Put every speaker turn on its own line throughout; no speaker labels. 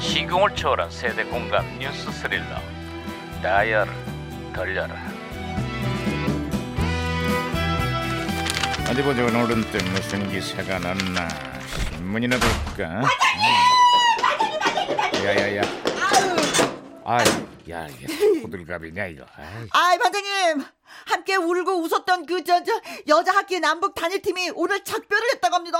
진공을 초월한 세대 공감 뉴스 스릴러 다이얼을 돌려라
어디 보자 오늘은 또 무슨 기사가 났나 신문이나 볼까? 야야야 아이 야 이게 호들갑이냐 이거 아이,
아이 반장님 함께 울고 웃었던 그 저 저 여자 학기 남북 단일팀이 오늘 작별을 했다고 합니다.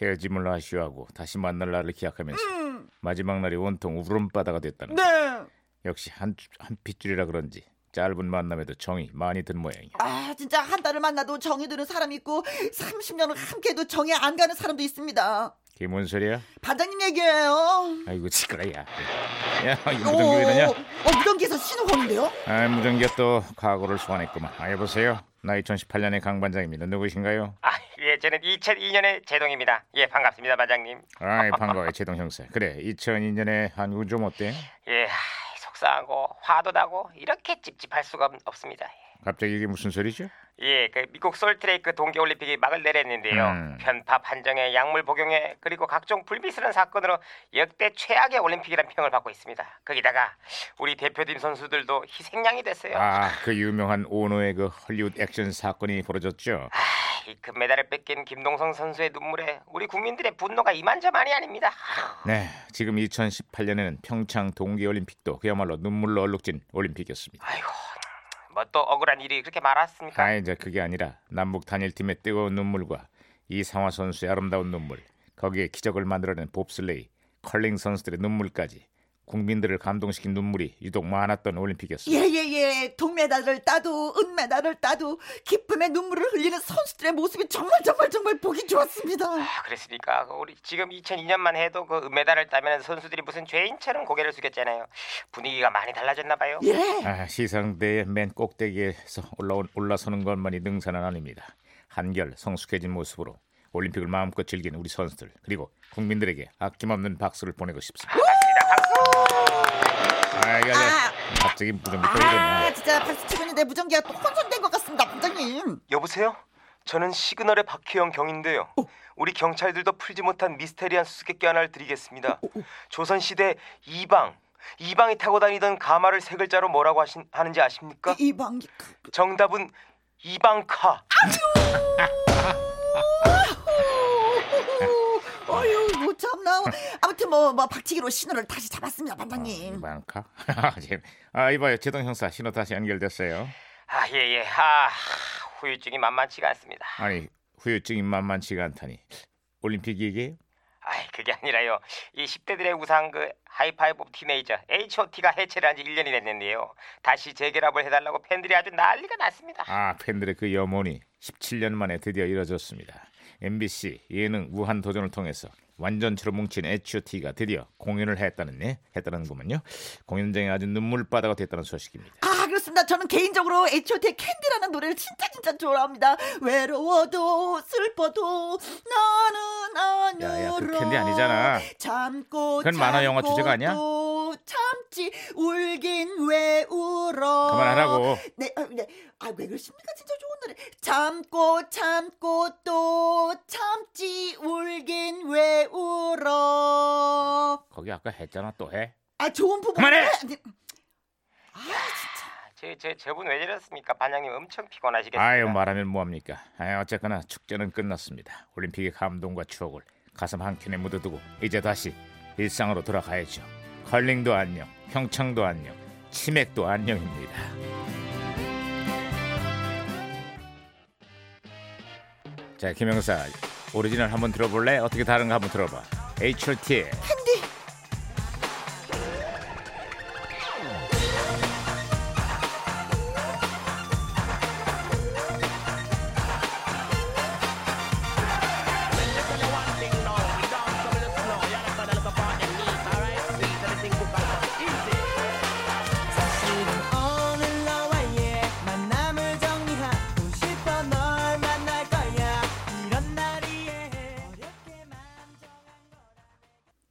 헤어짐을 아쉬워하고 다시 만날 날을 기약하면서
음,
마지막 날이 온통 울음바다가 됐다는
네.
거. 역시 한, 한 핏줄이라 그런지 짧은 만남에도 정이 많이 든 모양이야
아 진짜 한 달을 만나도 정이 드는 사람 이 있고 30년을 함께해도 정이 안 가는 사람도 있습니다.
그게 뭔 소리야?
반장님 얘기예요.
아이고 시끄러야 야 이거 무전기 아, 왜 이러냐?
어, 무전기에서 신호가 오는데요?
아 무전기가 또 과거를 소환했구만 아 여보세요 나 2018년의 강반장입니다 누구신가요?
아, 예, 저는 2002년의 제동입니다. 예, 반갑습니다, 반장님.
아이 반가워요 제동 형사 그래 2002년에 한국은 좀 어때?
예, 하, 속상하고 화도 나고 이렇게 찝찝할 수가 없- 없습니다.
갑자기 이게 무슨 소리죠?
예, 그 미국 솔트레이크 동계올림픽이 막을 내렸는데요.
음.
편파 판정에 약물 복용에 그리고 각종 불미스러운 사건으로 역대 최악의 올림픽이라는 평을 받고 있습니다. 거기다가 우리 대표팀 선수들도 희생양이 됐어요.
아 그 유명한 오노의 그 헐리우드 액션 사건이 벌어졌죠
이 금메달을 뺏긴 김동성 선수의 눈물에 우리 국민들의 분노가 이만저만이 아닙니다.
네 지금 2018년에는 평창 동계올림픽도 그야말로 눈물로 얼룩진 올림픽이었습니다
아이고, 뭐 또 억울한 일이 그렇게 많았습니까?
아 이제 그게 아니라 남북 단일팀의 뜨거운 눈물과 이상화 선수의 아름다운 눈물 거기에 기적을 만들어낸 봅슬레이 컬링 선수들의 눈물까지 국민들을 감동시킨 눈물이 유독 많았던 올림픽이었습니다
예예예 동메달을 따도 은메달을 따도 기쁨의 눈물을 흘리는 선수들의 모습이 정말 정말 정말 보기 좋았습니다.
아, 그랬으니까 그 우리 지금 2002년만 해도 그 은메달을 따면 선수들이 무슨 죄인처럼 고개를 숙였잖아요. 분위기가 많이 달라졌나 봐요.
예.
아, 시상대의 맨 꼭대기에서 올라온, 올라서는 것만이 능사는 아닙니다. 한결 성숙해진 모습으로 올림픽을 마음껏 즐기는 우리 선수들 그리고 국민들에게 아낌없는 박수를 보내고 싶습니다.
맞습니다. 박수.
아, 야, 야. 갑자기 무전기 또
아
이러냐.
진짜 박수 치고 있는데 무전기가 또 혼선된 것 같습니다 반장님
여보세요? 저는 시그널의 박혜영 경인데요.
어.
우리 경찰들도 풀지 못한 미스테리한 수수께끼 하나를 드리겠습니다.
어,
조선 시대 이방 이방이 타고 다니던 가마를 세 글자로 뭐라고 하신, 하는지 아십니까?
그러니까.
이 방귀
정답은 이방카.
네.
어휴 못뭐 참나 아무튼 뭐, 뭐 박치기로 신호를 다시 잡았습니다
아,
반장님
많카? 아, 이봐요. 제동 형사 신호 다시 연결됐어요.
아 예예. 아 후유증이 만만치가 않습니다.
아니, 후유증이 만만치가 않다니. 올림픽 얘기예요?
아이 그게 아니라요. 이 10대들의 우상 그 하이파이브 오브 티네이저 H.O.T가 해체를 한 지 1년이 됐는데요. 다시 재결합을 해달라고 팬들이 아주 난리가 났습니다.
아, 팬들의 그 염원이 17년 만에 드디어 이뤄졌습니다. MBC 예능 무한 도전을 통해서 완전체로 뭉친 H.O.T가 드디어 공연을 했다는 예, 했다는구만요. 공연장이 아주 눈물바다가 됐다는 소식입니다.
아 그렇습니다 저는 개인적으로 H.O.T의 캔디라는 노래를 진짜 진짜 좋아합니다 외로워도 슬퍼도 나는 안
야, 야,
울어
그 캔디 아니잖아.
참고
그건 만화 영화
참고
주제가 아니야?
또 참지 울긴 왜 울어
그만하라고.
네, 아, 네. 아, 왜 그러십니까? 진짜 좋은 노래. 참고 참고 또 참지 울긴 왜 울어.
거기 아까 했잖아 또 해.
아, 좋은 부분.
그만해!
아, 진짜.
아, 제, 제, 저분 왜 이랬습니까? 반장님 엄청 피곤하시겠습니다.
아유 말하면 뭐합니까. 아유, 어쨌거나 축제는 끝났습니다. 올림픽의 감동과 추억을 가슴 한 켠에 묻어두고 이제 다시 일상으로 돌아가야죠. 컬링도 안녕, 평창도 안녕, 치맥도 안녕입니다. 자 김영사 오리지널 한번 들어볼래? 어떻게 다른가 한번 들어봐. H.O.T.의
캔디